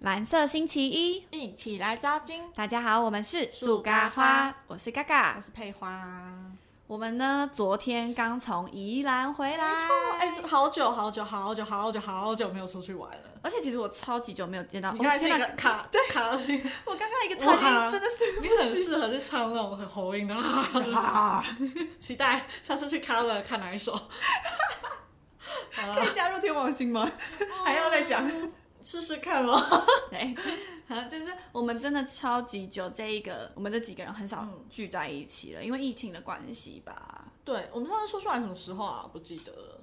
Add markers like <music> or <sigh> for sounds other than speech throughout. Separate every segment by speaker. Speaker 1: 蓝色星期一，
Speaker 2: 一起来扎金。
Speaker 1: 大家好，我们是
Speaker 2: 树咖花，
Speaker 1: 我是嘎
Speaker 2: 我
Speaker 1: 嘎。
Speaker 2: 是佩花。
Speaker 1: 我们呢，昨天刚从宜兰回来，
Speaker 2: 哎、好久好久好久好久好久没有出去玩了。
Speaker 1: 而且其实我超级久没有见到，
Speaker 2: 你看
Speaker 1: 哦
Speaker 2: 是
Speaker 1: 天
Speaker 2: 一
Speaker 1: 哪
Speaker 2: 个 <laughs> 卡，对卡了一个，
Speaker 1: 我刚刚一个
Speaker 2: 哇
Speaker 1: 的是 <laughs>
Speaker 2: 你很适合去唱那种很喉音的。 <laughs> 啊期待下次去 cover 看哪一 <laughs> 首。好啦
Speaker 1: 以加入天王星吗？
Speaker 2: 哦
Speaker 1: 还要再讲？
Speaker 2: 试试看咯。
Speaker 1: <laughs> 对，好，就是我们真的超级久，这一个我们这几个人很少聚在一起了，因为疫情的关系吧。
Speaker 2: 对，我们上次出去玩什么时候啊？不记得了。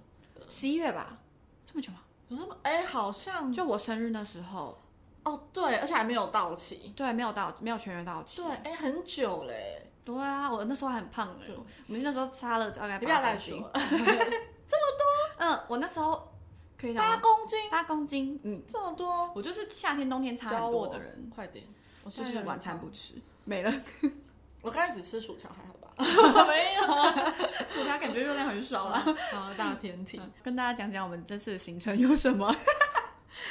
Speaker 1: 十一月吧，嗯这么久吗？
Speaker 2: 有什么？哎、好像
Speaker 1: 就我生日那时候，
Speaker 2: 哦，对，而且还没有到期。
Speaker 1: 对，没有到，没有全员到齐。
Speaker 2: 对，哎、很久嘞。
Speaker 1: 对啊，我那时候还很胖哎、我们那时候差了大概
Speaker 2: 你不要
Speaker 1: 八
Speaker 2: 再
Speaker 1: 公斤
Speaker 2: 说。了，
Speaker 1: 嗯，我那时候可以讲
Speaker 2: 八
Speaker 1: 吗
Speaker 2: 公斤
Speaker 1: 八公斤，嗯，
Speaker 2: 这么多，
Speaker 1: 我就是夏天冬天差
Speaker 2: 教
Speaker 1: 很
Speaker 2: 我
Speaker 1: 多的人，，
Speaker 2: 快点，我
Speaker 1: 就
Speaker 2: 现在
Speaker 1: 是
Speaker 2: 有
Speaker 1: 晚
Speaker 2: 点
Speaker 1: 餐
Speaker 2: 怕
Speaker 1: 不吃，没了。
Speaker 2: <laughs> 我刚才只吃薯条，还好 <laughs> 吧？没有，
Speaker 1: <laughs> 所以他感觉热量很少啦。
Speaker 2: 好大偏题。
Speaker 1: 跟大家讲讲我们这次的行程有什么？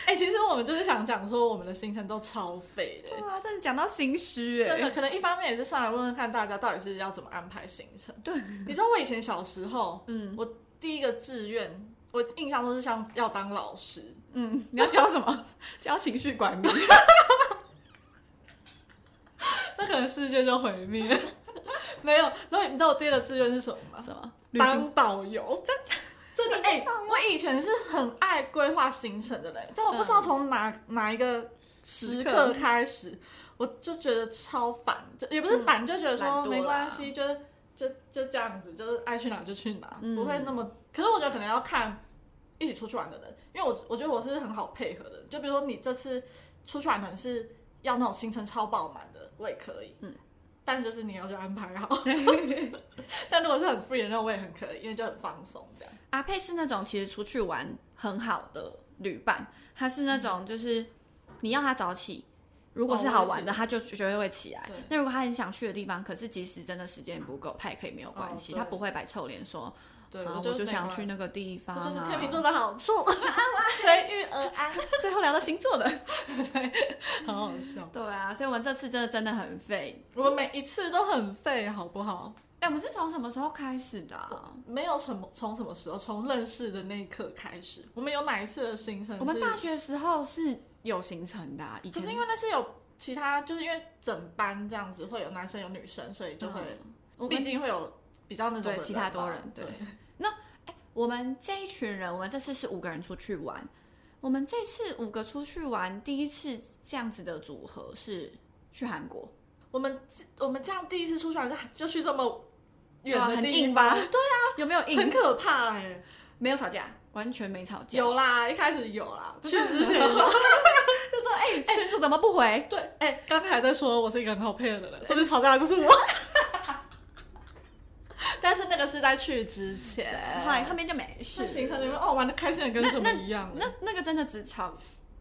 Speaker 2: 哎、其实我们就是想讲说，我们的行程都超废的、
Speaker 1: 哇，真的讲到心 <laughs> 虚哎、
Speaker 2: 真的，可能一方面也是上来问问看大家到底是要怎么安排行程。
Speaker 1: 对，
Speaker 2: 你知道我以前小时候，
Speaker 1: 嗯
Speaker 2: 我第一个志愿，我印象中是想要当老师，
Speaker 1: 嗯，你要教什么？教情绪管理。
Speaker 2: <laughs> 那可能世界就毁灭。 <laughs> 没有，然后你知道我第二个志愿是什么吗？
Speaker 1: 什
Speaker 2: <laughs>
Speaker 1: 么？
Speaker 2: 当导游，真 <laughs> 真的哎、我以前是很爱规划行程的人，但我不知道从哪、哪一个嗯时刻开始，我就觉得超烦，就也不是烦，就觉得
Speaker 1: 懒
Speaker 2: 说
Speaker 1: 惰啦
Speaker 2: 没关系，就是就就这样子，就是爱去哪就去哪，
Speaker 1: 嗯
Speaker 2: 不会那么。可是我觉得可能要看一起出去玩的人，因为我我觉得我是很好配合的人，就比如说你这次出去玩可能是要那种行程超爆满的，我也可以，
Speaker 1: 嗯
Speaker 2: 嗯。但就是你要去安排 <laughs> 好，但如果是很 free 的，那我也很可以，因为就很放松这样。
Speaker 1: 阿佩是那种其实出去玩很好的旅伴，他是那种就是你要他早起，如果是好玩的，
Speaker 2: 嗯哦
Speaker 1: 他就绝对会起来
Speaker 2: 对。
Speaker 1: 那如果他很想去的地方，可是即使真的时间不够，他也可以没有关系，
Speaker 2: 哦对
Speaker 1: 他不会摆臭脸说，
Speaker 2: 对，
Speaker 1: 啊
Speaker 2: 我
Speaker 1: 我
Speaker 2: 就
Speaker 1: 想去，那个地
Speaker 2: 这
Speaker 1: 方、啊。
Speaker 2: 就是天秤座 <laughs> 的好处，随遇而安，
Speaker 1: 最后聊到星座的。
Speaker 2: 好好笑。
Speaker 1: 对啊，所以我们这次真的真的很废。
Speaker 2: 我们每一次都很废，好不好？
Speaker 1: 哎、我们是从什么时候开始的啊、
Speaker 2: 没有从从什么时候，从认识的那一刻开始，我们有哪一次的行程是？
Speaker 1: 我们大学时候是有行程的、啊，以
Speaker 2: 可
Speaker 1: 前
Speaker 2: 是因为那是有其他，就是因为整班这样子会有男生有女生，所以就会、
Speaker 1: 嗯我
Speaker 2: 毕
Speaker 1: 们
Speaker 2: 竟会有比较那种
Speaker 1: 对
Speaker 2: 的
Speaker 1: 其他多
Speaker 2: 吧
Speaker 1: 人对
Speaker 2: 对。
Speaker 1: 我们这一群人，我们这次是五个人出去玩。我们这次五个出去玩，第一次这样子的组合是去韩国，
Speaker 2: 我们我们这样第一次出去玩就就去这么远
Speaker 1: 对啊
Speaker 2: 的
Speaker 1: 很
Speaker 2: 地
Speaker 1: 硬
Speaker 2: 方，
Speaker 1: 吧？
Speaker 2: <laughs>
Speaker 1: 对啊，有没有
Speaker 2: 很
Speaker 1: 硬？
Speaker 2: 可怕哎、
Speaker 1: 没有吵架，完全没吵架。
Speaker 2: 有啦，一开始有啦，去
Speaker 1: <laughs>
Speaker 2: 之前有啦
Speaker 1: 就说哎，群主怎么不回？
Speaker 2: 对，哎、刚才还在说我是一个很好配合的人，所以吵架的就是我。 <laughs> 但是那个是在去之前，
Speaker 1: 后来后面就没事
Speaker 2: 那。行程里面哦，玩的开心的跟什么一样了。
Speaker 1: 那那个真的只吵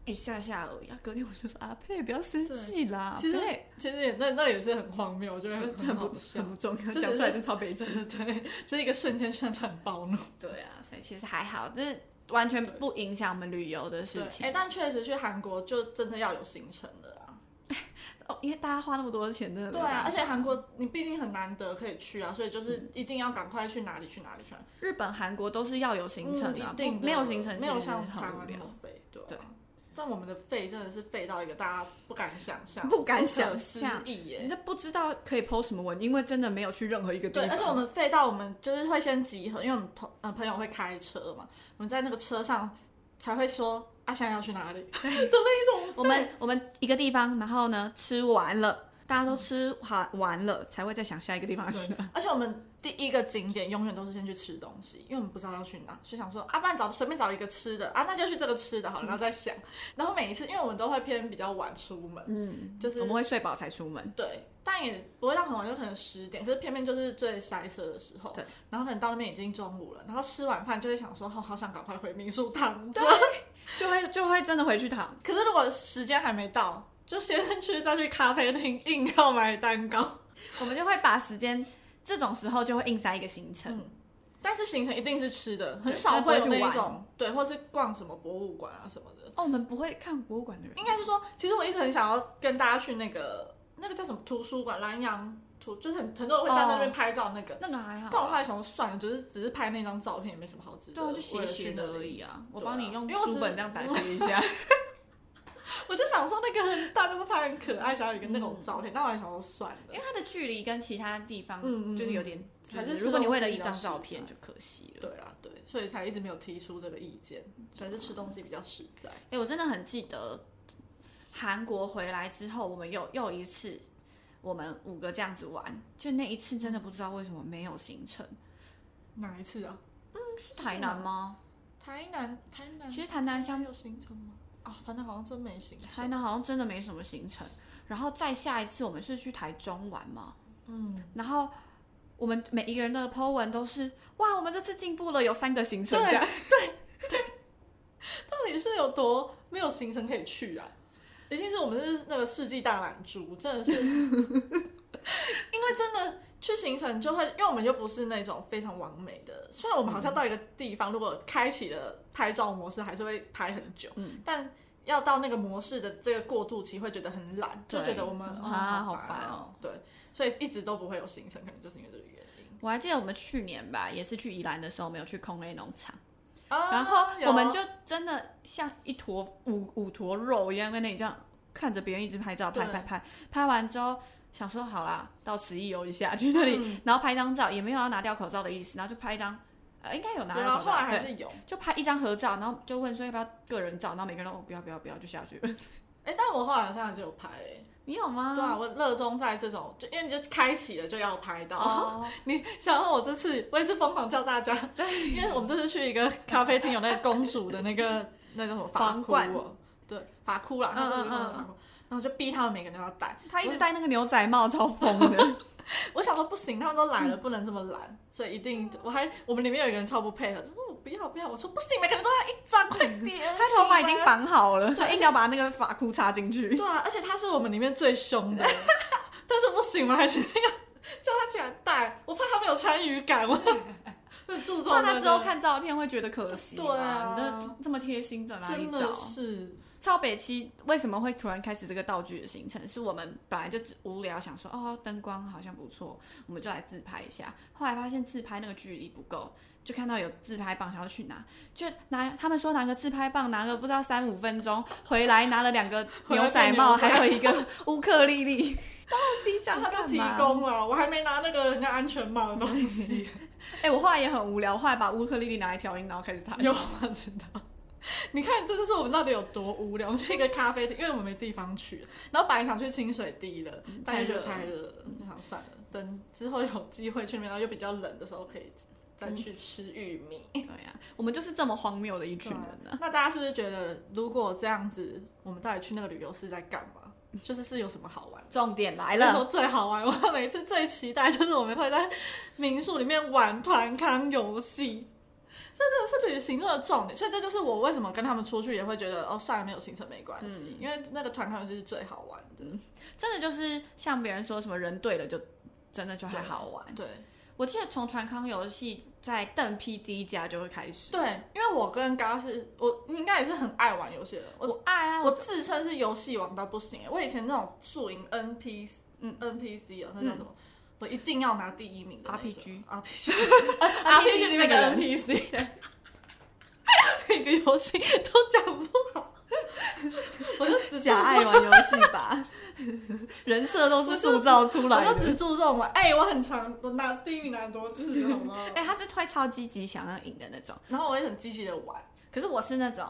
Speaker 1: 一下下而已啊。隔天我就说阿佩不要生气啦，
Speaker 2: 其实
Speaker 1: 对
Speaker 2: 其实也那那也是很荒谬，我觉得很
Speaker 1: 很不
Speaker 2: 好笑
Speaker 1: 很不重要，
Speaker 2: 就只是
Speaker 1: 讲出来就超悲
Speaker 2: 对
Speaker 1: 情。
Speaker 2: 对 <laughs> 对，这是一个瞬间宣传暴怒。
Speaker 1: 对啊，所以其实还好，就是完全不影响我们旅游的事情
Speaker 2: 哎、。但确实去韩国就真的要有行程了啊。
Speaker 1: 哦，因为大家花那么多钱，真的没
Speaker 2: 对啊
Speaker 1: 办，法
Speaker 2: 而且韩国你毕竟很难得可以去啊，所以就是一定要赶快去哪里去哪里去哪里。
Speaker 1: 日本、韩国都是要有行程啊，
Speaker 2: 嗯一定
Speaker 1: 不
Speaker 2: 的
Speaker 1: 没有行程其
Speaker 2: 没有
Speaker 1: 实是
Speaker 2: 像台
Speaker 1: 很无
Speaker 2: 湾那
Speaker 1: 聊
Speaker 2: 么。废，对啊
Speaker 1: 对
Speaker 2: 但我们的废真的是废到一个大家不敢想象，
Speaker 1: 不敢
Speaker 2: 可
Speaker 1: 想
Speaker 2: 思
Speaker 1: 象
Speaker 2: 议耶。
Speaker 1: 你就不知道可以 PO 什么文，因为真的没有去任何一个地
Speaker 2: 对，
Speaker 1: 方。
Speaker 2: 而且我们废到我们就是会先集合，因为我们同呃朋友会开车嘛，我们在那个车上才会说啊，现在要去哪
Speaker 1: <laughs>
Speaker 2: 里的那一种。
Speaker 1: <laughs> 我们我们一个地方，然后呢吃完了，大家都吃好完了，才会再想下一个地方去 <laughs> 哪。
Speaker 2: 而且我们第一个景点永远都是先去吃东西，因为我们不知道要去哪，所以想说啊，不然找随便找一个吃的啊，那就去这个吃的好
Speaker 1: 嗯
Speaker 2: 了，然后再想。然后每一次，因为我们都会偏比较晚出门，
Speaker 1: 嗯，
Speaker 2: 就是
Speaker 1: 我们会睡饱才出门。
Speaker 2: 对，但也不会到很晚，就可能十点，可是偏偏就是最塞车的时候。
Speaker 1: 对，
Speaker 2: 然后可能到那边已经中午了，然后吃完饭就会想说，哦，好想赶快回民宿躺着。
Speaker 1: 就会就会真的回去躺。
Speaker 2: 可是如果时间还没到，就先去再去咖啡厅硬要买蛋糕。
Speaker 1: 我们就会把时间这种时候就会硬塞一个行程。
Speaker 2: 嗯，但是行程一定是吃的，很
Speaker 1: 对
Speaker 2: 少
Speaker 1: 但不
Speaker 2: 会
Speaker 1: 会
Speaker 2: 有
Speaker 1: 去
Speaker 2: 那一
Speaker 1: 玩
Speaker 2: 种对，或是逛什么博物馆啊什么的。
Speaker 1: 哦，我们不会看博物馆的人，
Speaker 2: 应该是说，其实我一直很想要跟大家去那个那个叫什么图书馆，南洋图，就是很很多人会在那边
Speaker 1: 哦
Speaker 2: 拍照那个。
Speaker 1: 那个还好啊
Speaker 2: 但我后来想说算了，就是只是拍那张照片也没什么好值得。
Speaker 1: 对啊，就
Speaker 2: 我
Speaker 1: 写
Speaker 2: 也去
Speaker 1: 写
Speaker 2: 那
Speaker 1: 的而
Speaker 2: 里
Speaker 1: 已啊。我
Speaker 2: 对啊
Speaker 1: 帮你用
Speaker 2: 因为我
Speaker 1: 书
Speaker 2: 只
Speaker 1: 本
Speaker 2: 是
Speaker 1: 这样打开一下。
Speaker 2: 我就想说那个很大家都拍很可爱小雨跟那种
Speaker 1: 嗯
Speaker 2: 照片，那我还想说算
Speaker 1: 因
Speaker 2: 了。
Speaker 1: 为它的距离跟其他地方
Speaker 2: 嗯嗯
Speaker 1: 就是有
Speaker 2: 嗯
Speaker 1: 点，就
Speaker 2: 还是
Speaker 1: 是
Speaker 2: 吃
Speaker 1: 如果你
Speaker 2: 东
Speaker 1: 为了
Speaker 2: 西
Speaker 1: 一
Speaker 2: 比
Speaker 1: 张
Speaker 2: 较
Speaker 1: 照
Speaker 2: 实
Speaker 1: 片
Speaker 2: 在
Speaker 1: 就可惜了。
Speaker 2: 对啦，对，所以才一直没有提出这个意见，还是吃东西比较实在。
Speaker 1: 哎、我真的很记得韩国回来之后，我们又又一次，我们五个这样子玩，就那一次真的不知道为什么没有行程，
Speaker 2: 嗯哪一次啊？
Speaker 1: 是台南吗？
Speaker 2: 台南，台南
Speaker 1: 其实台南相
Speaker 2: 有行程吗？啊，台南好像真没行
Speaker 1: 台
Speaker 2: 程。
Speaker 1: 南好像真的没什么行程，然后再下一次我们是去台中玩嘛，
Speaker 2: 嗯，
Speaker 1: 然后我们每一个人的 po 文都是哇，我们这次进步了，有三个行程
Speaker 2: 对
Speaker 1: 这样，
Speaker 2: 到底是有多没有行程可以去啊？一定是我们是那个世纪大懒猪，真
Speaker 1: <laughs>
Speaker 2: 的是，因为真的去行程就会，因为我们又不是那种非常完美的，虽然我们好像到一个地方，如果开启了拍照模式，还是会拍很久，
Speaker 1: 嗯
Speaker 2: 但要到那个模式的这个过渡期，会觉得很懒，就
Speaker 1: 对
Speaker 2: 觉得我们、哦、
Speaker 1: 啊好
Speaker 2: 烦
Speaker 1: 烦
Speaker 2: 哦，对，所以一直都不会有行程，可能就是因为这个原因。
Speaker 1: 我还记得我们去年吧，也是去宜兰的时候，没有去空 A 农场。
Speaker 2: 啊
Speaker 1: 哦然后我们
Speaker 2: 有
Speaker 1: 就真的像一坨五五坨肉一样在那里这样看着别人一直拍照，
Speaker 2: 对
Speaker 1: 拍拍拍，拍完之后想说好啦，到此一游一下，去那里，
Speaker 2: 嗯
Speaker 1: <laughs> 然后拍张照，也没有要拿掉口罩的意思，然后就拍一张，呃，应该有拿
Speaker 2: 有
Speaker 1: 掉
Speaker 2: 啊，
Speaker 1: 口
Speaker 2: 后来
Speaker 1: 罩，
Speaker 2: 还
Speaker 1: 对，
Speaker 2: 是有，
Speaker 1: 就拍一张合照，然后就问说要不要个人照，然后每个人都、哦、不要不要不要就下去了。
Speaker 2: 哎、但我后来好像还是有拍、欸。
Speaker 1: 你有吗？
Speaker 2: 对啊，我热衷在这种，就因为你就开启了就要拍到。
Speaker 1: 哦，
Speaker 2: <laughs> 你想让我这次，我也是疯狂叫大家，因为我们这次去一个咖啡厅，有那个公主的那
Speaker 1: <laughs>
Speaker 2: 个那叫什么法
Speaker 1: 皇
Speaker 2: 箍
Speaker 1: 冠
Speaker 2: 哦，对法箍啦，
Speaker 1: 嗯
Speaker 2: 它是
Speaker 1: 嗯
Speaker 2: 一个
Speaker 1: 嗯
Speaker 2: 法箍然后就逼他们每个人都要戴。
Speaker 1: 他一直戴那个牛仔帽，超疯
Speaker 2: <laughs>
Speaker 1: 的。
Speaker 2: 我想说不行，他们都
Speaker 1: 嗯
Speaker 2: 来了，不能这么懒，所以一定我还我们里面有一个人超不配合，就说我哦不要不要，我说不行，每个人都要一张，快点。
Speaker 1: 他头发已经
Speaker 2: 绑。
Speaker 1: 绑好了，他硬要把那个发箍插进去。
Speaker 2: 对啊，而且他是我们里面最凶的，但是不行，我还是要叫他起来带，我怕他没有参与感，我很注重
Speaker 1: 怕
Speaker 2: 那
Speaker 1: 他
Speaker 2: 个
Speaker 1: 之后。看照片会觉得可惜嘛。
Speaker 2: 对啊
Speaker 1: 你这这么贴心在哪里
Speaker 2: 真
Speaker 1: 找
Speaker 2: 的？是，
Speaker 1: 超北七为什么会突然开始这个道具的行程？是我们本来就只无聊想说，哦，灯光好像不错，我们就来自拍一下。后来发现自拍那个距离不够，就看到有自拍棒，想要去拿，就拿。他们说拿个自拍棒，拿个不知道三五分钟，回来拿了两个
Speaker 2: <laughs> 回来
Speaker 1: 牛仔
Speaker 2: 变
Speaker 1: 帽，
Speaker 2: 牛仔
Speaker 1: 还有一
Speaker 2: <laughs>
Speaker 1: 个乌克丽丽。
Speaker 2: 底下他就
Speaker 1: 干
Speaker 2: 提
Speaker 1: 嘛
Speaker 2: 供了，我还没拿那个人家安全帽的东
Speaker 1: <laughs>
Speaker 2: 西。
Speaker 1: 哎、我后来也很无聊，后来把乌克丽丽拿来调音，然后开始弹。
Speaker 2: 有，我知道。你看，这就是我们到底有多无聊。我们去一个咖啡厅，因为我们没地方去，然后本来想去清水堤了，但是觉得
Speaker 1: 嗯太
Speaker 2: 太热了，就想算了，等之后有机会去那边，然后又比较冷的时候可以再
Speaker 1: 嗯
Speaker 2: 去吃玉米。
Speaker 1: 对呀、我们就是这么荒谬的一群人呢、
Speaker 2: 对啊那大家是不是觉得，如果这样子，我们到底去那个旅游是在干
Speaker 1: <laughs>
Speaker 2: 嘛？就是是有什么好玩？
Speaker 1: 重点来
Speaker 2: 那时
Speaker 1: 了
Speaker 2: 候。最好玩，我每次最期待就是我们会在民宿里面玩团康游戏，这真的是旅行中的重点。所以这就是我为什么跟他们出去也会觉得，哦，算了，没有行程没关系，
Speaker 1: 嗯
Speaker 2: 因为那个团康游戏是最好玩的。
Speaker 1: 真的就是像别人说什么人对了就真的就还好玩。
Speaker 2: 对
Speaker 1: 我记得从传康游戏在邓 P 第一家就会开始，
Speaker 2: 对，因为我跟嘎是，我你应该也是很爱玩游戏的人，
Speaker 1: 我爱啊，
Speaker 2: 我
Speaker 1: 我
Speaker 2: 自称是游戏王到不行欸，我以前那种宿营 NPC，
Speaker 1: 嗯
Speaker 2: NPC 啊，那叫什么？我一定要拿第一名的那种
Speaker 1: RPG <laughs> 啊
Speaker 2: 啊 RPG
Speaker 1: 是
Speaker 2: RPG 里面的
Speaker 1: 那个
Speaker 2: NPC，每个游戏都讲不好，我就只注
Speaker 1: 假爱玩游戏
Speaker 2: <laughs>
Speaker 1: 吧，人设都是塑造出来
Speaker 2: 我就只
Speaker 1: 的。
Speaker 2: 注重玩。哎，我很常我拿第一名拿很多次，好吗？
Speaker 1: <laughs> 哎、他是会超积极想要赢的那种，
Speaker 2: 然后我也很积极的玩，
Speaker 1: 可是我是那种，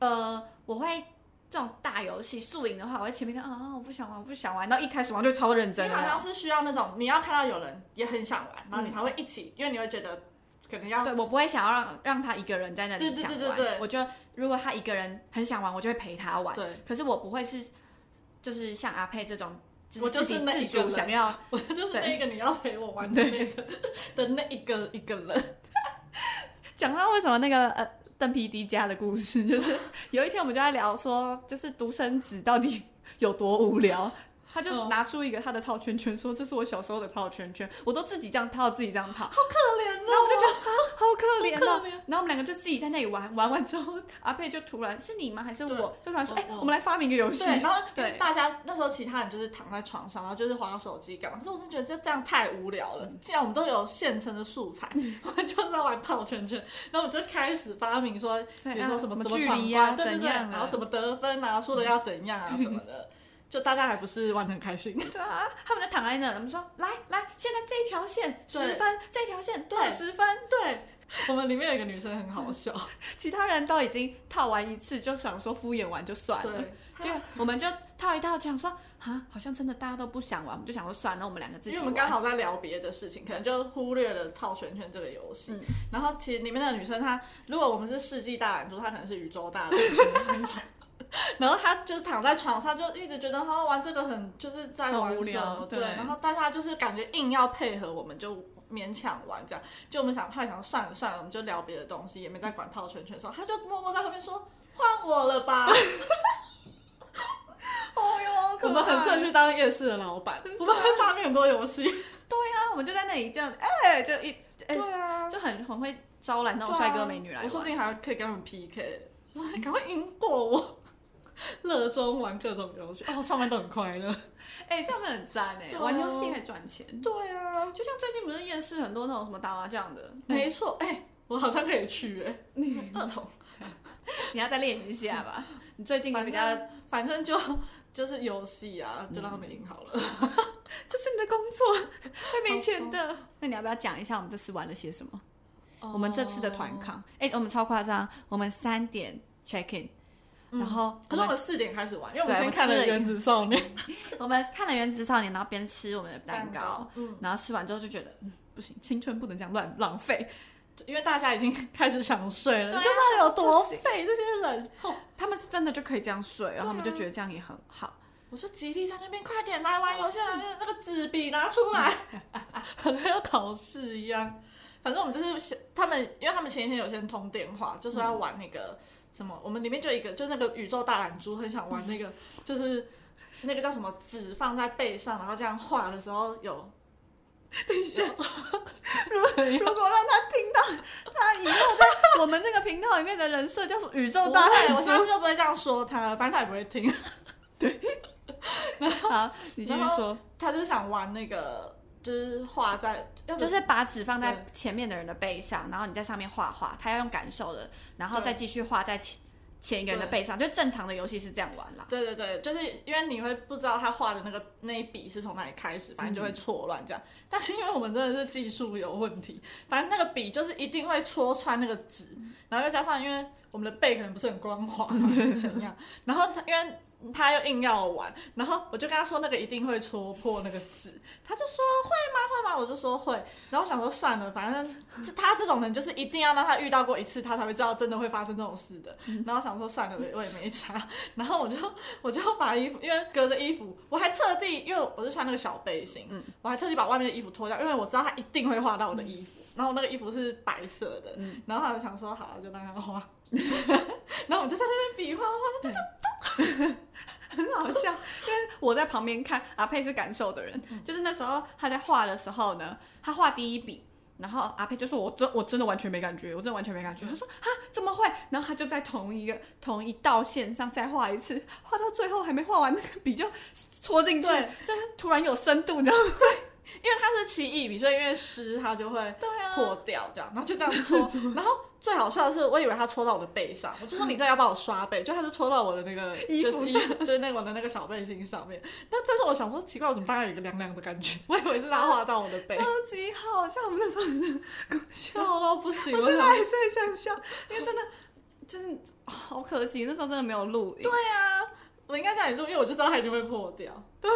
Speaker 1: 呃，我会这种大游戏宿营的话，我会前面看啊，我不想玩，我不想玩，然后一开始玩就超认
Speaker 2: 你
Speaker 1: 真的
Speaker 2: 好
Speaker 1: 那
Speaker 2: 像
Speaker 1: 种。
Speaker 2: 是需要那种你要看到有人也很想玩，然后你还会一
Speaker 1: 嗯
Speaker 2: 起，因为你会觉得可能要 <laughs>
Speaker 1: 对，我不会想要让让他一个人在那
Speaker 2: 对
Speaker 1: 里
Speaker 2: 对
Speaker 1: 想玩。
Speaker 2: 对对对
Speaker 1: 我觉得如果他一个人很想玩，我就会陪他玩。
Speaker 2: 对。
Speaker 1: 可是我不会是，就是像阿佩这种，
Speaker 2: 我就是
Speaker 1: 自己
Speaker 2: 那一
Speaker 1: 自
Speaker 2: 个
Speaker 1: 主
Speaker 2: 人
Speaker 1: 想要，
Speaker 2: <laughs> 我就是那个你要陪我玩的那个的那一个一个人，
Speaker 1: 讲到为什么那个呃邓皮迪家的故事，就是
Speaker 2: <laughs>
Speaker 1: 有一天我们就在聊说，就是独生子到底 <laughs> 有多无聊。他就
Speaker 2: 嗯
Speaker 1: 拿出一个他的套圈圈，说：“这是我小时候的套圈圈，我都自己这样套，自己这样套。
Speaker 2: <laughs> 好可怜哦
Speaker 1: 然后我就觉得啊，可怜哦。然后我们两个就自己在那里玩，玩完之后，阿佩就突然是你吗？还是我？就突然说，
Speaker 2: 我
Speaker 1: 哎、
Speaker 2: 我
Speaker 1: 我们来发明一个游戏。
Speaker 2: 对，然后
Speaker 1: 对
Speaker 2: 大家那时候其他人就是躺在床上，然后就是划手机干嘛？可是我真觉得这这样太无聊了。
Speaker 1: 嗯
Speaker 2: 既然我们都有现成的素材， <laughs> 我们就在玩套圈圈，然后我们就开始发明说，比
Speaker 1: 对
Speaker 2: 如说
Speaker 1: 啊
Speaker 2: 什么
Speaker 1: 什么
Speaker 2: 怎么
Speaker 1: 距
Speaker 2: 闯
Speaker 1: 离
Speaker 2: 关，
Speaker 1: 啊
Speaker 2: 对对
Speaker 1: 怎
Speaker 2: 对，
Speaker 1: 样啊嗯
Speaker 2: 然后怎么得分啊，输了要怎
Speaker 1: <laughs>
Speaker 2: 样啊什么的，就大家还不是玩的很开心。
Speaker 1: 对啊，他们就躺在那，我们说来来，现在这一条线
Speaker 2: 对
Speaker 1: 十分，这条线
Speaker 2: 对
Speaker 1: 二十分，
Speaker 2: 对，我们里面有一个女生很好笑，
Speaker 1: 其他人都已经套完一次，就想说敷衍完就算了。
Speaker 2: 对，
Speaker 1: 结果我们就套一套，想说啊，好像真的大家都不想玩，我们就想说算了，那我们两个自
Speaker 2: 因
Speaker 1: 己
Speaker 2: 为我
Speaker 1: 玩。
Speaker 2: 们刚好在聊别的事情，可能就忽略了套圈圈这个游戏。
Speaker 1: 嗯
Speaker 2: 然后其实里面的女生她，如果我们是世纪大懒猪，她可能是宇宙大懒猪那种。 <laughs> 然后她就是躺在床上，就一直觉得她玩这个很就是在玩
Speaker 1: 很无
Speaker 2: 什
Speaker 1: 聊
Speaker 2: 么对。
Speaker 1: 对
Speaker 2: 然后大家就是感觉硬要配合，我们就勉强玩这样。就我们想，后来想算了算了，我们就聊别的东西，也没再管套圈圈的时候，她就默默在后面说换我了吧。
Speaker 1: 哦哟，
Speaker 2: <laughs> 我们很适合去当夜市的老 <laughs> 板，我们会发明很多游戏。
Speaker 1: 对啊，我们就在那里这样，哎、就一哎、
Speaker 2: 啊
Speaker 1: 就很很会招揽那种帅哥美女来
Speaker 2: 我说不
Speaker 1: 玩。
Speaker 2: 定还可以跟他们 PK，赶 <laughs> 快赢过我。 <laughs> 热衷玩各种游戏，哦，上班都很快乐。
Speaker 1: 哎、这样子很赞哎、
Speaker 2: 对啊
Speaker 1: 玩游戏可以赚钱。
Speaker 2: 对啊，
Speaker 1: 就像最近不是夜市很多那种什么打麻将的，
Speaker 2: 没错，哎、我好像可以去哎、二童，
Speaker 1: 你要再练一下 <laughs> 吧。你最近比
Speaker 2: 反
Speaker 1: 较，
Speaker 2: 正反正就 <laughs> 就是游戏啊，就让他们赢好
Speaker 1: 嗯
Speaker 2: 了。
Speaker 1: 这是你的工作，会没钱的。哦那你要不要讲一下我们这次玩了些什么？我们这次的团
Speaker 2: 哦，
Speaker 1: 康，哎、我们超夸张，我们三点 check in，、
Speaker 2: 嗯
Speaker 1: 然后
Speaker 2: 可是我们四点开始玩，因为我们
Speaker 1: 对
Speaker 2: 先看了
Speaker 1: 我
Speaker 2: 《
Speaker 1: 们吃了
Speaker 2: 原子少年》
Speaker 1: 我们看了《原子少年》，然后边吃我们的蛋糕，，
Speaker 2: 嗯，
Speaker 1: 然后吃完之后就觉得，嗯，不行，青春不能这样乱浪费。
Speaker 2: 因为大家已经开始想睡了，
Speaker 1: 对啊
Speaker 2: 你就知道有多
Speaker 1: 不行
Speaker 2: 废这些人。哦
Speaker 1: 他们是真的就可以这样睡，然后我们
Speaker 2: 对啊
Speaker 1: 就觉得这样也很好。
Speaker 2: 我说极力在那边，快点来玩游戏，来那个纸笔拿
Speaker 1: <laughs>
Speaker 2: 出来，好像要考试一样。反正我们就是他们，因为他们前一天有先通电话，就说要玩那个什么，我们里面就有一个，就那个宇宙大懒猪很想玩
Speaker 1: <laughs>
Speaker 2: 那个，就是那个叫什么纸放在背上，然后这样画的时候有。等一下，
Speaker 1: <laughs> <laughs> 如果让他听到，他以后在我们这个频道里面的人设叫做宇宙
Speaker 2: 不
Speaker 1: 大
Speaker 2: 会，我
Speaker 1: 汉
Speaker 2: 下
Speaker 1: 猪。
Speaker 2: 次就不会这样说他了，反正他也不会听。
Speaker 1: 好， <laughs> 你继续
Speaker 2: 然后
Speaker 1: 说，
Speaker 2: 他就想玩那个，就是画在，要怎么
Speaker 1: 就是把纸放在
Speaker 2: 对
Speaker 1: 前面的人的背上，然后你在上面画画，他要用感受的，然后
Speaker 2: 对
Speaker 1: 再继续画在前前一个人的背上，就正常的游戏是这样玩啦。
Speaker 2: 对对对，就是因为你会不知道他画的那个那一笔是从哪里开始，反正就会错乱这样。但是因为我们真的是技术有问题，反正那个笔就是一定会戳穿那个纸，然后又加上因为我们的背可能不是很光滑，还是怎样，然后他因为。他又硬要玩，然后我就跟他说那个一定会戳破那个纸，他就说会吗会吗，我就说会，然后我想说算了，反正这他这种人就是一定要让他遇到过一次，他才会知道真的会发生这种事的。然后想说算了，我也没差，然后我就我就把衣服，因为隔着衣服，我还特地，因为我是穿那个小背心，
Speaker 1: 嗯
Speaker 2: 我还特地把外面的衣服脱掉，因为我知道他一定会画到我的衣服。然后我那个衣服是白色的，
Speaker 1: 嗯
Speaker 2: 然后他就想说好，就让他画。 <laughs> 然后我们就在那边比划，
Speaker 1: 很好笑，因为我在旁边看，阿佩是感受的人，就是那时候他在画的时候呢，他画第一笔。然后阿佩就说：“我真我真的完全没感觉，我真的完全没感觉。”他说：“啊，怎么会？”然后他就在同一个同一道线上再画一次，画到最后还没画完，那个笔就戳进去，
Speaker 2: 对
Speaker 1: 就是突然有深度，你知道吗？
Speaker 2: 因为它是奇异笔，所以因为湿它就会
Speaker 1: 对啊
Speaker 2: 破掉这样，然后就这样
Speaker 1: <laughs>
Speaker 2: 搓。然后最好笑的是，我以为他戳到我的背上，我就说你这要帮我刷背，就他是戳到我的那个
Speaker 1: 衣服
Speaker 2: 就是衣就是那个我的那个小背心上面。但但是我想说奇怪，我怎么大概有一个凉凉的感觉？ <laughs> 我以为是他划到我的背，
Speaker 1: 超级好笑，我们那时候真的
Speaker 2: 笑到不行，
Speaker 1: 我
Speaker 2: 我
Speaker 1: 真的
Speaker 2: 想
Speaker 1: 还是很想笑，因为真的真的哦好可惜，那时候真的没有录影。
Speaker 2: 对啊，我应该叫你录，因为我就知道它一定会破掉。对。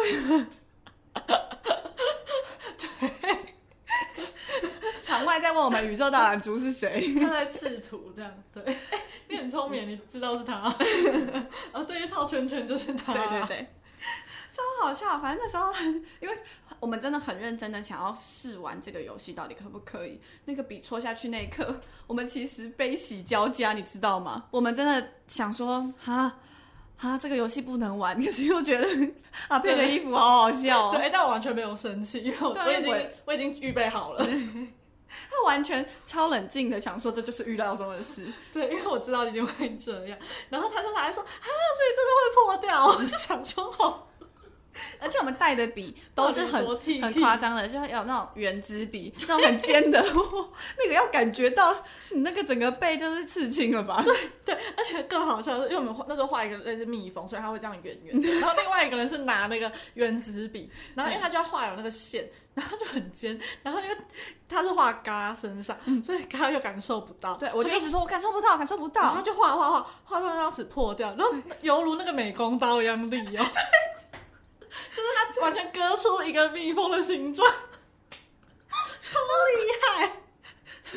Speaker 1: 场外在问我们宇宙大懒猪是谁。
Speaker 2: 他在制图这样，对，你很聪明，你知道是他， <laughs> 然后对，套圈圈就是
Speaker 1: <laughs>
Speaker 2: 他，
Speaker 1: 对对对，超好笑。反正那时候 <laughs> 很，因为我们真的很认真的想要试玩这个游戏到底可不可以。那个笔戳下去那一刻， <laughs> 我们其实悲喜交加，你知道吗？我们真的想说，哈哈，这个游戏不能玩， <laughs> 可是又觉得啊，配 <laughs> 的衣服好好笑哦。
Speaker 2: 哎对，但我完全没有生气，因为我
Speaker 1: 对啊
Speaker 2: 我已
Speaker 1: 我
Speaker 2: 经我已经预备好了。
Speaker 1: 他完全超冷静的想说这就是预料中的事， <laughs>
Speaker 2: 对，因为我知道一定会这样。然后他说他还说啊，所以真的会破掉， <laughs> 我就想说哦，
Speaker 1: 而且我们带的笔都是
Speaker 2: 到底
Speaker 1: 很
Speaker 2: 多剔
Speaker 1: 很
Speaker 2: 剔
Speaker 1: 夸张的，就是要有那种圆珠笔， <laughs> 那种很尖的， <laughs> 那个要感觉到你那个整个背就是刺青了吧？
Speaker 2: 对，而且更好笑的是，因为我们画那时候画一个类似蜜蜂，所以它会这样圆圆的。然后另外一个人是拿那个圆珠笔，然后因为他就要画有那个线，然后就很尖，然后因为他是画嘎身上，所以嘎又感受不到。
Speaker 1: 嗯对，我就一直说我感受不到，感受不
Speaker 2: 然后
Speaker 1: 到
Speaker 2: <laughs> 他。就画画画画到那张纸破掉，然后犹如那个美工刀一样利
Speaker 1: <laughs>
Speaker 2: 哦，就是他完全割出一个蜜蜂的形状，超厉害。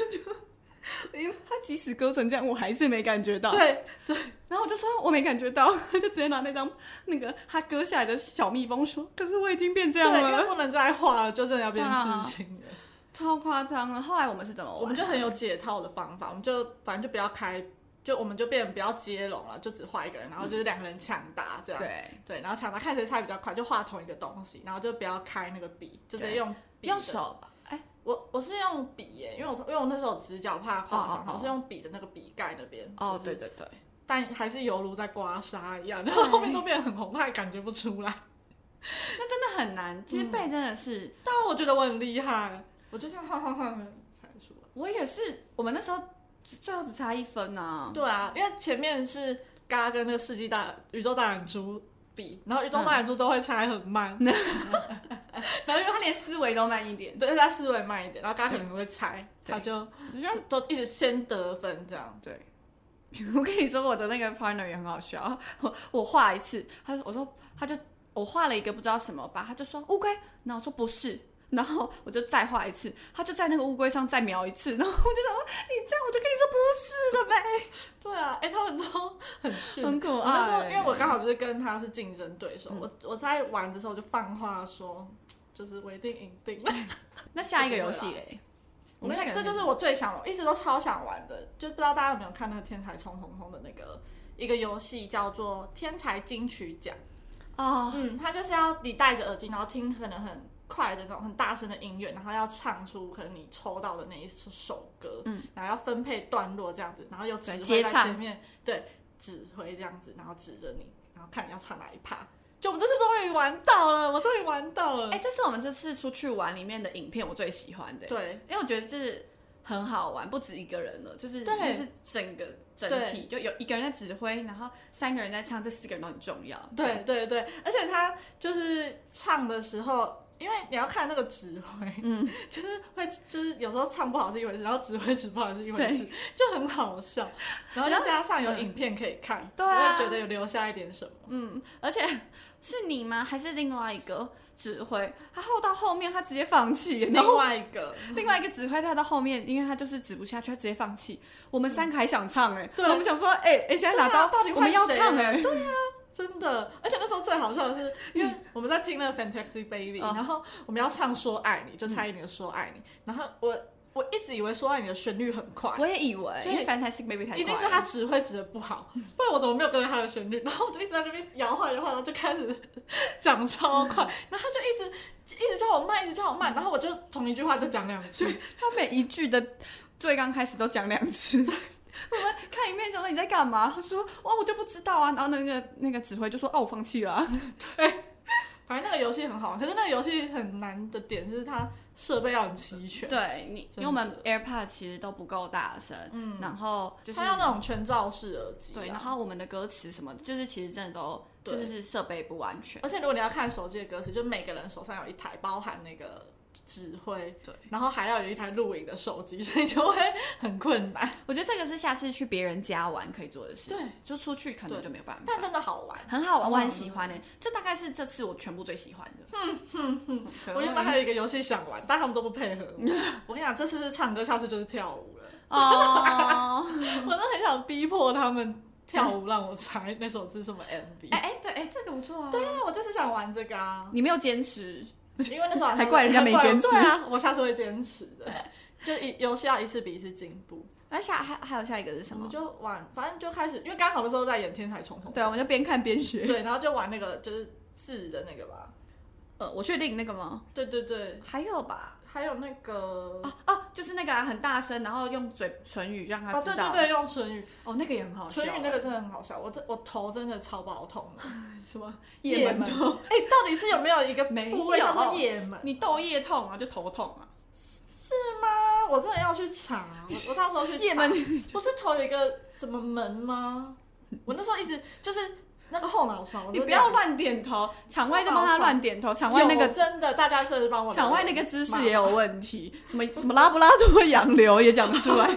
Speaker 1: 因为他即使割成这样，我还是没感觉到。
Speaker 2: 对，
Speaker 1: 然后我就说我没感觉到， <laughs> 就直接拿那张那个他割下来的小蜜蜂说，可是我已经变这样
Speaker 2: 对，因为
Speaker 1: 了，
Speaker 2: 不能再画了，就真的要变
Speaker 1: 啊
Speaker 2: 刺青了。
Speaker 1: 超夸张了。后来我们是怎么玩？
Speaker 2: 我们就很有解套的方法，我们 <laughs> 就反正就不要开，就我们就变得不要接龙了，就只画一个人，然后就是两个人抢答这样。
Speaker 1: 对。
Speaker 2: 对，然后抢答看谁猜比较快，就画同一个东西，然后就不要开那个笔，就直接用笔的
Speaker 1: 用。手吧，哎、
Speaker 2: 我我是用笔耶，因为我因为我那时候指甲怕划
Speaker 1: 哦
Speaker 2: 伤，
Speaker 1: 哦哦
Speaker 2: 我是用笔的那个笔盖那边。
Speaker 1: 哦，
Speaker 2: 就是
Speaker 1: 对，对对，
Speaker 2: 但还是犹如在刮
Speaker 1: <laughs>
Speaker 2: 痧一样，然后后面都变得很红，他也感觉不出来。
Speaker 1: 那真的很难。其实
Speaker 2: 嗯
Speaker 1: 背真的是，
Speaker 2: 但我觉得我很厉害，我就像晃晃晃猜出来。
Speaker 1: 我也是，我们那时候只最后只差一分呢、
Speaker 2: 对啊，因为前面是嘎跟那个世纪大宇宙大眼珠比，然后宇宙大眼珠都会猜很慢，
Speaker 1: 嗯然后因为他连思维都慢一点，
Speaker 2: 对，他思维慢一点，然后嘎可能会猜，
Speaker 1: 对
Speaker 2: 他就
Speaker 1: 我觉得
Speaker 2: 都一直先得分这样。
Speaker 1: 对。 <laughs> 我跟你说，我的那个 partner 也很好笑。 <laughs> 我我画一次，他说我说他就我画了一个不知道什么吧，他就说乌龟，然后我说不是，然后我就再画一次，他就在那个乌龟上再描一次，然后我就想说你这样，我就跟你说不是了呗。
Speaker 2: 对啊，哎、他们都很逊，
Speaker 1: 很可爱
Speaker 2: 我那时候因为我刚好就是跟他是竞争对手，
Speaker 1: 嗯
Speaker 2: 我我在玩的时候就放话说，就是我一定赢定了。
Speaker 1: 那下一个游戏嘞，
Speaker 2: 我们这就是我最想，我一直都超想玩的，就不知道大家有没有看那个《天才冲冲冲》的那个一个游戏叫做《天才金曲奖》。
Speaker 1: 啊，
Speaker 2: 嗯，他就是要你戴着耳机，然后听可能很快的那种很大声的音乐，然后要唱出可能你抽到的那一首歌，
Speaker 1: 嗯，
Speaker 2: 然后要分配段落这样子，然后有指
Speaker 1: 对
Speaker 2: 挥
Speaker 1: 接
Speaker 2: 在
Speaker 1: 唱
Speaker 2: 前面，对，指挥这样子，然后指着你，然后看你要唱哪一趴。就我们这次终于玩到了，我终于玩到了。
Speaker 1: 哎、这是我们这次出去玩里面的影片，我最喜欢的、
Speaker 2: 对，
Speaker 1: 因为我觉得这很好玩，不止一个人了，就是
Speaker 2: 对
Speaker 1: 就是整个整体，就有一个人在指挥，然后三个人在唱，这四个人都很重要。这样，
Speaker 2: 对对对，而且他就是唱的时候。因为你要看那个指挥，
Speaker 1: 嗯，
Speaker 2: <laughs> 就是会，就是有时候唱不好是一回事，然后指挥指不好是一回事，就很好笑。然后再嗯加上有影片可以看，
Speaker 1: 对啊
Speaker 2: 我就觉得有留下一点什么。
Speaker 1: 嗯，而且是你吗？还是另外一个指挥？他后到后面他直接放弃，然后
Speaker 2: 另外一个，
Speaker 1: <laughs> 另外一个指挥他到后面，因为他就是指不下去，他直接放弃。我们三个还想唱哎、
Speaker 2: 嗯对
Speaker 1: 然后我们想说哎哎、现在哪
Speaker 2: 对啊
Speaker 1: 招？
Speaker 2: 到底
Speaker 1: 我们
Speaker 2: 换
Speaker 1: 要
Speaker 2: 谁
Speaker 1: 唱
Speaker 2: 了
Speaker 1: 哎、
Speaker 2: <laughs> 真的，而且那时候最好笑的是，因为我们在听那个 Fantastic Baby，、
Speaker 1: 哦
Speaker 2: 然后我们要唱《说爱你》，就蔡依林的《说爱你》，然后我我一直以为《说爱你》的旋律很快，
Speaker 1: 我也以为，
Speaker 2: 所以
Speaker 1: 因为 Fantastic Baby 太快
Speaker 2: 一定是
Speaker 1: 了
Speaker 2: 他指挥指的不好，不然我怎么没有跟着他的旋律？然后我就一直在那边摇晃摇晃，然后就开始 <laughs> 讲超快，然后他就一直一直叫我慢，一直叫我慢，然后我就同一句话就讲两次，
Speaker 1: 他每一句的最刚开始都讲两次。 <laughs> 我们看影片想说你在干嘛？他说哇我就不知道啊，然后那个那个指挥就说哦我放弃了啊、
Speaker 2: 反正那个游戏很好玩，可是那个游戏很难的点是它设备要很齐
Speaker 1: <laughs>
Speaker 2: 全，
Speaker 1: 对你，因为我们 AirPod 其实都不够大声，嗯，然后就是
Speaker 2: 它要那种全罩式耳机啊，
Speaker 1: 对，然后我们的歌词什么的，就是其实真的都就是是设备不完全，
Speaker 2: 而且如果你要看手机的歌词，就每个人手上有一台，包含那个指挥，
Speaker 1: 对，
Speaker 2: 然后还要有一台录影的手机，所以就会很困难。
Speaker 1: 哎我觉得这个是下次去别人家玩可以做的事，
Speaker 2: 对，
Speaker 1: 就出去可能
Speaker 2: 对
Speaker 1: 就没有办法，
Speaker 2: 但真的好玩。
Speaker 1: 很好玩，
Speaker 2: 嗯
Speaker 1: 我很喜欢呢、欸这大概是这次我全部最喜欢的。嗯哼哼
Speaker 2: 我原本还有一个游戏想玩，但他们都不配 <laughs> 合我。我跟你讲，这次是唱歌，下次就是跳舞了。
Speaker 1: <laughs> 哦，<laughs>
Speaker 2: <laughs> 我都很想逼迫他们跳舞，让我猜那首是什么 MV。
Speaker 1: 哎哎、对，哎、这个不错啊。
Speaker 2: 对啊，我这次想玩这个 <laughs> 啊，
Speaker 1: 你没有坚持，
Speaker 2: 因为那时候好像
Speaker 1: 还怪人家没坚持
Speaker 2: 对啊，我下次会坚持的。就一游戏要一次比一次进步，
Speaker 1: 那下还还有下一个是什
Speaker 2: 我们
Speaker 1: 么？
Speaker 2: 就玩，反正就开始，因为刚好那
Speaker 1: 啊
Speaker 2: 时候在演《天才冲冲冲》
Speaker 1: 对，我们就边看边学。
Speaker 2: 对，然后就玩那个就是字的那个吧，
Speaker 1: <laughs> 呃，我确定那个吗？
Speaker 2: 对对对，
Speaker 1: 还有吧？
Speaker 2: 还有那个
Speaker 1: 哦哦，就是那个、啊、很大声，然后用嘴唇语让他
Speaker 2: 啊，
Speaker 1: 知
Speaker 2: 对
Speaker 1: 道。
Speaker 2: 对对，用唇语，
Speaker 1: 哦，那个也很好笑。
Speaker 2: 唇语那个真的很好笑，我这我头真的超爆痛的。
Speaker 1: 什么
Speaker 2: 夜
Speaker 1: 夜门
Speaker 2: 门
Speaker 1: 痛？
Speaker 2: 哎、到底是有没有一个
Speaker 1: 没
Speaker 2: 部位叫做
Speaker 1: 有
Speaker 2: 夜门？
Speaker 1: <laughs> 你痘夜痛啊，就头痛啊。
Speaker 2: 是吗？我真的要去查， <laughs> 我我到时候去查。
Speaker 1: 夜门
Speaker 2: 不是头有一个什么门吗？我那时候一直就是那个后脑勺，
Speaker 1: 你不要乱点头，场外就帮他乱点头，场
Speaker 2: 场
Speaker 1: 外
Speaker 2: 外
Speaker 1: 那
Speaker 2: 那个
Speaker 1: 个
Speaker 2: 真的，大家真的是帮我留言。
Speaker 1: 场外那个姿势也有问题，什么什么拉布拉多洋流也讲得出来，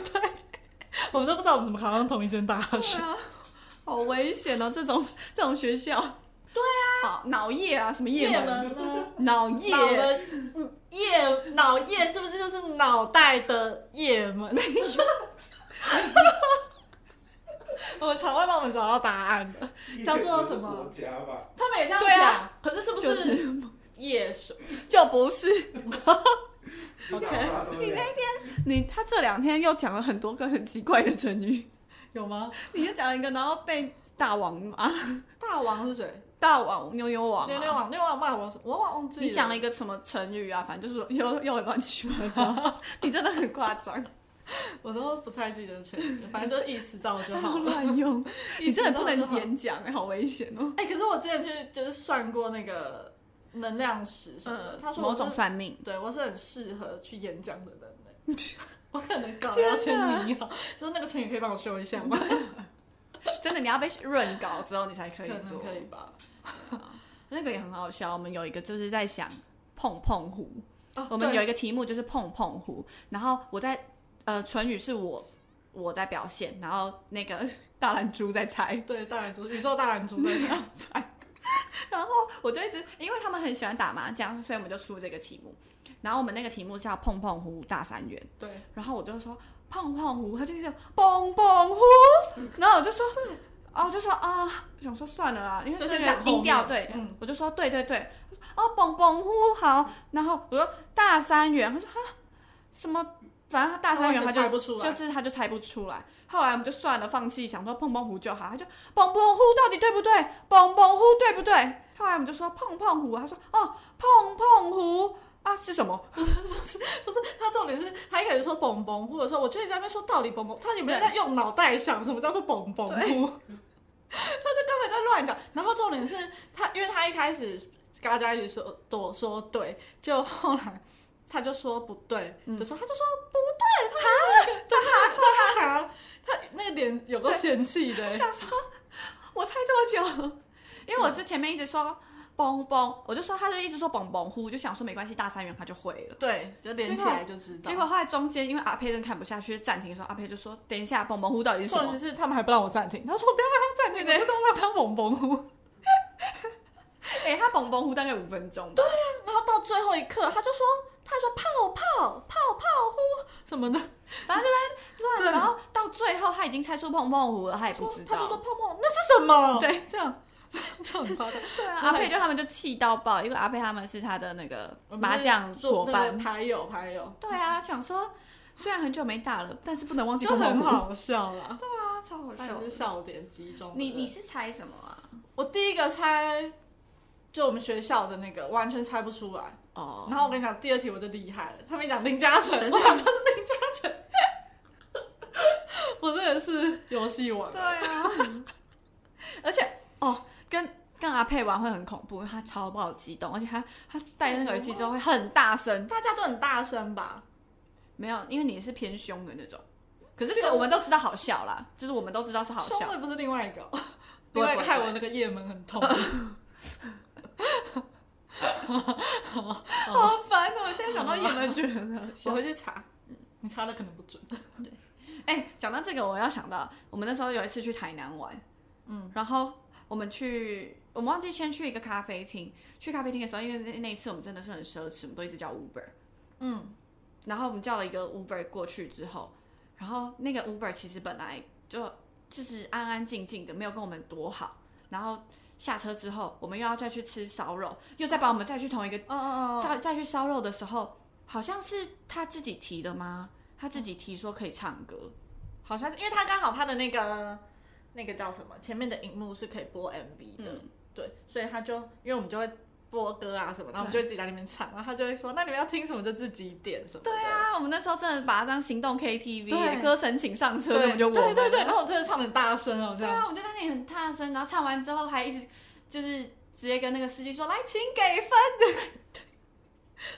Speaker 2: 我们都不知道我们怎么考上同一间大学。
Speaker 1: 对啊， <laughs> 好危险哦！这种这种学校，对啊，脑液啊，什么液
Speaker 2: 夜
Speaker 1: 门
Speaker 2: 门呢？
Speaker 1: 脑
Speaker 2: 脑
Speaker 1: 液，
Speaker 2: 的嗯夜脑夜是不是就是脑袋的夜门？没有， <laughs> 我场外帮我们找到答案了，叫做什么
Speaker 3: 国家吧，
Speaker 2: 他们也这样
Speaker 1: 对
Speaker 2: 讲，
Speaker 1: 啊
Speaker 2: 可是是不
Speaker 1: 就是是
Speaker 2: 夜水
Speaker 1: 就不是
Speaker 3: 你打发都
Speaker 1: 你那
Speaker 3: 天
Speaker 1: 你。 <laughs> 他这两天又讲了很多个很奇怪的成语， <laughs>
Speaker 2: 有吗？
Speaker 1: 你就讲一个，然后被大王骂，
Speaker 2: 大王是谁？
Speaker 1: 大王妞妞王、啊，
Speaker 2: 六六王六王骂我什么，我忘记
Speaker 1: 你讲了一个什么成语啊？反正就是又又很乱七八 <laughs> 糟，你真的很夸张，
Speaker 2: 我都不太记
Speaker 1: <laughs>
Speaker 2: 得成语，反正就是意识到就好了。
Speaker 1: 乱用， <laughs> 你真的不能
Speaker 2: 演。
Speaker 1: 演讲、好危险 <laughs> 哦。
Speaker 2: 哎、可是我之前就是就是算过那个能量石什么的，他说我
Speaker 1: 呃嗯某
Speaker 2: 是
Speaker 1: 种算命，
Speaker 2: 对我是很适合去演讲的人
Speaker 1: <laughs>
Speaker 2: 呢、我可能搞要先你
Speaker 1: 啊
Speaker 2: 哦，就是那个成语可以帮我修一下吗？
Speaker 1: 真的你要被润稿之后你嗯才可
Speaker 2: 可
Speaker 1: 以
Speaker 2: 能
Speaker 1: 做。
Speaker 2: 可以吧。
Speaker 1: 那个也很好笑，我们有一个就是在想碰碰胡，
Speaker 2: 哦
Speaker 1: 我们有
Speaker 2: 对
Speaker 1: 一个题目就是碰碰胡，然后我在呃唇语是我我在表现，然后那个 <laughs> 大蓝猪在猜，
Speaker 2: 对大懒猪，宇宙大懒猪在
Speaker 1: <laughs>
Speaker 2: 讲，
Speaker 1: 然后我就一直因为他们很喜欢打麻将，所以我们就出这个题目，然后我们那个题目叫碰碰胡大三元，
Speaker 2: 对，
Speaker 1: 然后我就说碰碰胡，他就一直蹦蹦胡，然后我就说。哦，我就说啊，我想说算了啦，因为
Speaker 2: 就是
Speaker 1: 这个
Speaker 2: 讲后
Speaker 1: 音调
Speaker 2: 面
Speaker 1: 对，
Speaker 2: 嗯
Speaker 1: 我就说对对对，哦，蹦蹦呼好，然后我说大三元，他说啊什么，反正他大三元
Speaker 2: 他
Speaker 1: 他
Speaker 2: 完全
Speaker 1: 就
Speaker 2: 猜不出来
Speaker 1: 就是他就猜不出来。后来我们就算了，放弃，想说碰碰胡就好，他就蹦蹦呼到底对不对？蹦蹦呼对不对？后来我们就说碰碰胡，他说哦碰碰胡啊是什么？
Speaker 2: <laughs> 不是他重点是他一开始说蹦蹦，或者说我就一直在那边说道理蹦蹦，他有没有在用脑袋想什么叫做蹦蹦呼？ <laughs> 他就根本在乱讲。然后重点是他，因为他一开始跟大家一起说我说对，就后来他就说不对的时候，他就说不对，他哈，他哈，他那个脸有个嫌弃的、欸
Speaker 1: 我想说， <laughs> 我猜这么久，因为我就前面一直说蹦蹦，我就说他就一直说蹦蹦呼，就想说没关系，大三元他就会了。
Speaker 2: <laughs> 对，就连起来就知道。
Speaker 1: 结果后来中间，因为阿佩真的看不下去，暂停的时候，阿佩就说：“等一下，蹦蹦呼到底是什
Speaker 2: 重
Speaker 1: 么
Speaker 2: 点是他们还不让我暂停，他说不要让他暂停，你就让他蹦蹦呼。？”
Speaker 1: 哎、他蹦蹦呼大概五分钟吧。
Speaker 2: 然后到最后一刻，他就说，他还说泡泡泡泡呼什么的，
Speaker 1: 对，然后到最后他已经猜出蹦蹦呼了，他也不知
Speaker 2: 他就说
Speaker 1: 道。
Speaker 2: 泡泡那是什么？
Speaker 1: 对，
Speaker 2: 这样这样很夸张。
Speaker 1: 对啊，阿佩就他们就气到爆，因为阿佩他们是他的那个麻将伙
Speaker 2: 做
Speaker 1: 伴。
Speaker 2: 牌友牌友，
Speaker 1: 对啊，想说虽然很久没打了，但是不能忘记
Speaker 2: 就
Speaker 1: 蹦蹦
Speaker 2: 哦很
Speaker 1: 呼。
Speaker 2: 好笑
Speaker 1: <laughs>
Speaker 2: 啦。
Speaker 1: 啊，超好
Speaker 2: 他也是笑点集中的人。
Speaker 1: 你你是猜什么啊？
Speaker 2: 我第一个猜，就我们学校的那个完全猜不出来。
Speaker 1: 哦
Speaker 2: 然后我跟你讲，第二题我就厉害了，他们讲林嘉
Speaker 1: <laughs>
Speaker 2: 诚，我想说是林嘉诚， <laughs> 我真的是游戏王。
Speaker 1: 对啊，而且哦，跟跟阿佩玩会很恐怖，因为他超爆激动，而且他他戴那个耳机之后会很大声。
Speaker 2: 大家都很大声吧？
Speaker 1: 没有，因为你是偏凶的那种。可是
Speaker 2: 这个
Speaker 1: 我们都知道好笑啦，就是我们都知道是好
Speaker 2: 凶
Speaker 1: 笑。
Speaker 2: 的不是另外一 <laughs> 个哦，
Speaker 1: 不
Speaker 2: 另
Speaker 1: 会
Speaker 2: 外一个
Speaker 1: 不会
Speaker 2: 害我那个夜门很 <laughs> 痛。
Speaker 1: 好烦哦！我现在想到也蛮觉得很好
Speaker 2: 我。回去查，你查的可能不准。
Speaker 1: 哎，讲到这个，我要想到我们那时候有一次去台南玩，嗯，然后我们去，我们忘记先去一个咖啡厅。去咖啡厅的时候，因为那那一次我们真的是很奢侈，我们都一直叫 Uber。
Speaker 2: 嗯，
Speaker 1: 然后我们叫了一个 Uber 过去之后，然后那个 Uber 其实本来就就是安安静静的，没有跟我们多好。然后下车之后，我们又要再去吃烧肉，又再把我们再去同一个
Speaker 2: 哦哦哦，
Speaker 1: 再再去烧肉的时候，好像是他自己提的吗？他自己提说可以唱歌，
Speaker 2: 好像是因为他刚好他的那个
Speaker 1: 嗯
Speaker 2: 那个叫什么，前面的荧幕是可以播 MV 的，对，所以他就因为我们就会播歌啊什么，然后我们就会自己在那边唱，然后他就会说，那你们要听什么就自己点什么的。
Speaker 1: 对啊，我们那时候真的把它当行动 KTV，
Speaker 2: 对
Speaker 1: 歌神请上车，
Speaker 2: 对，
Speaker 1: 根本就我
Speaker 2: 对
Speaker 1: 们
Speaker 2: 对对，然后我真的唱得很大声哦，这
Speaker 1: 对
Speaker 2: 样。
Speaker 1: 啊，我就在那里很大声，然后唱完之后还一直就是直接跟那个司机说：“来，请给分。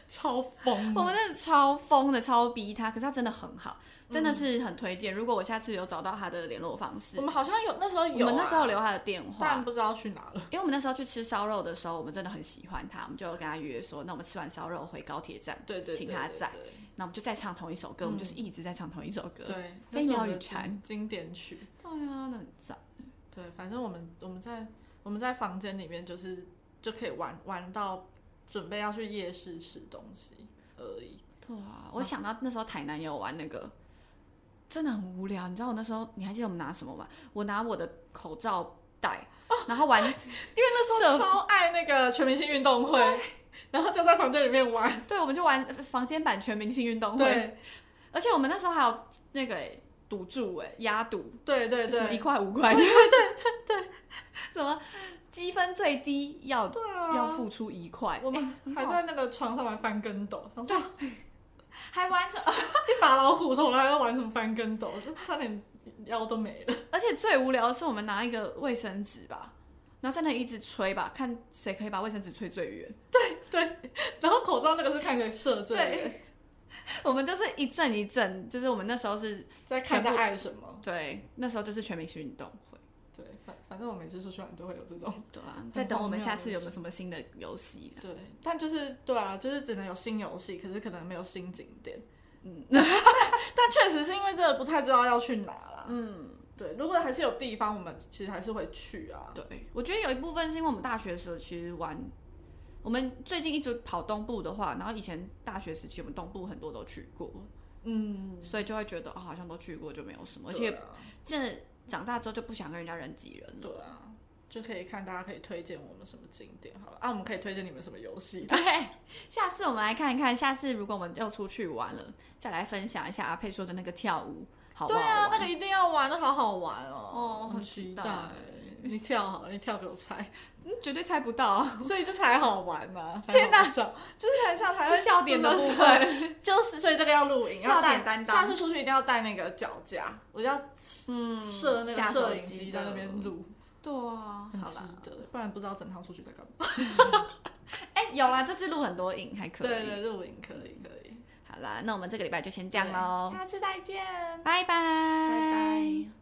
Speaker 2: 超疯”
Speaker 1: 我们真的超疯的，超逼他，可是他真的很好，真的是很推荐。如果我下次有找到他的联络方式
Speaker 2: 我，们好像有那时候有、啊，
Speaker 1: 我们那时候留他的电
Speaker 2: 但
Speaker 1: 话，
Speaker 2: 不知道去哪了。
Speaker 1: 因为我们那时候去吃烧肉的时候，我们真的很喜欢他，我们就跟他约说：“那我们吃完烧肉回高铁站，
Speaker 2: 对对对，
Speaker 1: 请他
Speaker 2: 对
Speaker 1: 载。”那我们就再唱同一首歌，我们
Speaker 2: 嗯
Speaker 1: 就是一直在唱同一首歌。
Speaker 2: 对，对
Speaker 1: 飞鸟与蝉
Speaker 2: 经典曲。
Speaker 1: 对啊，那很赞。
Speaker 2: 对，反正我们我们在我们在房间里面就是就可以玩玩到准备要去夜市吃东西而已。
Speaker 1: 对啊，我想到那时候台南有玩那个，真的很无聊。你知道我那时候，你还记得我们拿什么吗？我拿我的口罩戴，然后玩，
Speaker 2: 因为那时候超爱那个全明星运动会，然后就在房间里面玩。
Speaker 1: <laughs> 对，我们就玩房间版全明星运动会，
Speaker 2: 对
Speaker 1: 而且我们那时候还有那个欸赌注哎，压赌，
Speaker 2: 对对
Speaker 1: 什么一
Speaker 2: 对，
Speaker 1: 块五块，对对对对， <laughs> 什么积分最低要、
Speaker 2: 对
Speaker 1: 要
Speaker 2: 啊，
Speaker 1: 付出一块，
Speaker 2: 我们
Speaker 1: 欸很
Speaker 2: 还
Speaker 1: 好
Speaker 2: 在那个床上玩翻跟斗，想说
Speaker 1: 还玩什么？
Speaker 2: 一把老虎头，然后要玩什么翻跟斗，就差点腰都没了。
Speaker 1: 而且最无聊的是，我们拿一个卫生纸吧，然后在那里一直吹吧，看谁可以把卫生纸吹最远。
Speaker 2: 然后口罩那个是看谁射最远，
Speaker 1: <laughs> 我们就是一阵一阵，就是我们那时候是
Speaker 2: 在看在爱什么。
Speaker 1: 对，那时候就是全明星运动会，
Speaker 2: 对，反反正我每次出去玩都会有这种。
Speaker 1: 对啊
Speaker 2: 哦很
Speaker 1: 在等我们
Speaker 2: 荒谬
Speaker 1: 下
Speaker 2: 的
Speaker 1: 次有没
Speaker 2: 事
Speaker 1: 有什么新的游戏、
Speaker 2: 对，但就是对啊，就是只能有新游戏，可是可能没有新景点。
Speaker 1: 嗯，
Speaker 2: 但 <laughs> 确实是因为真的不太知道要去哪啦。
Speaker 1: 嗯，
Speaker 2: 对，如果还是有地方，我们其实还是会去啊。
Speaker 1: 对，我觉得有一部分是因为我们大学的时候其实玩，我们最近一直跑东部的话，然后以前大学时期我们东部很多都去过，
Speaker 2: 嗯，
Speaker 1: 所以就会觉得、哦、好像都去过就没有什么，而
Speaker 2: 对
Speaker 1: 且
Speaker 2: 啊
Speaker 1: 真的长大之后就不想跟人家人挤人了。
Speaker 2: 对啊，就可以看大家可以推荐我们什么景点好了啊，我们可以推荐你们什么游戏。
Speaker 1: 对，下次我们来看一看，下次如果我们又出去玩了，再来分享一下阿佩说的那个跳舞，好不
Speaker 2: 对
Speaker 1: 好
Speaker 2: 啊，
Speaker 1: 玩
Speaker 2: 那个一定要玩，那好好玩哦
Speaker 1: 哦，
Speaker 2: 很
Speaker 1: 很
Speaker 2: 期
Speaker 1: 期
Speaker 2: 待
Speaker 1: 待。
Speaker 2: 你跳好了，你跳给我猜，
Speaker 1: 嗯绝对猜不到
Speaker 2: <laughs>
Speaker 1: 啊，
Speaker 2: 所以这才好玩嘛！
Speaker 1: 天
Speaker 2: 哪，
Speaker 1: 哪
Speaker 2: 这才笑才
Speaker 1: 是
Speaker 2: 会
Speaker 1: 笑点的部
Speaker 2: 真
Speaker 1: 分。
Speaker 2: 是， <laughs> 就是所以这个要录影，
Speaker 1: 笑
Speaker 2: 要带
Speaker 1: 点担当
Speaker 2: 下次出去一定要带那个脚架，我就要
Speaker 1: 嗯
Speaker 2: 设那个
Speaker 1: 架
Speaker 2: 摄
Speaker 1: 手
Speaker 2: 影
Speaker 1: 机
Speaker 2: 机
Speaker 1: 的
Speaker 2: 在那边录，
Speaker 1: 对啊，
Speaker 2: 很
Speaker 1: 好
Speaker 2: 值
Speaker 1: 啦，
Speaker 2: 得，不然不知道整趟出去在干嘛。
Speaker 1: 哎、有啦，这次录很多影还可以。
Speaker 2: 对对，录影可以可以，
Speaker 1: 好啦，那我们这个礼拜就先这样喽，
Speaker 2: 下次再见。
Speaker 1: 拜拜，拜
Speaker 2: 拜。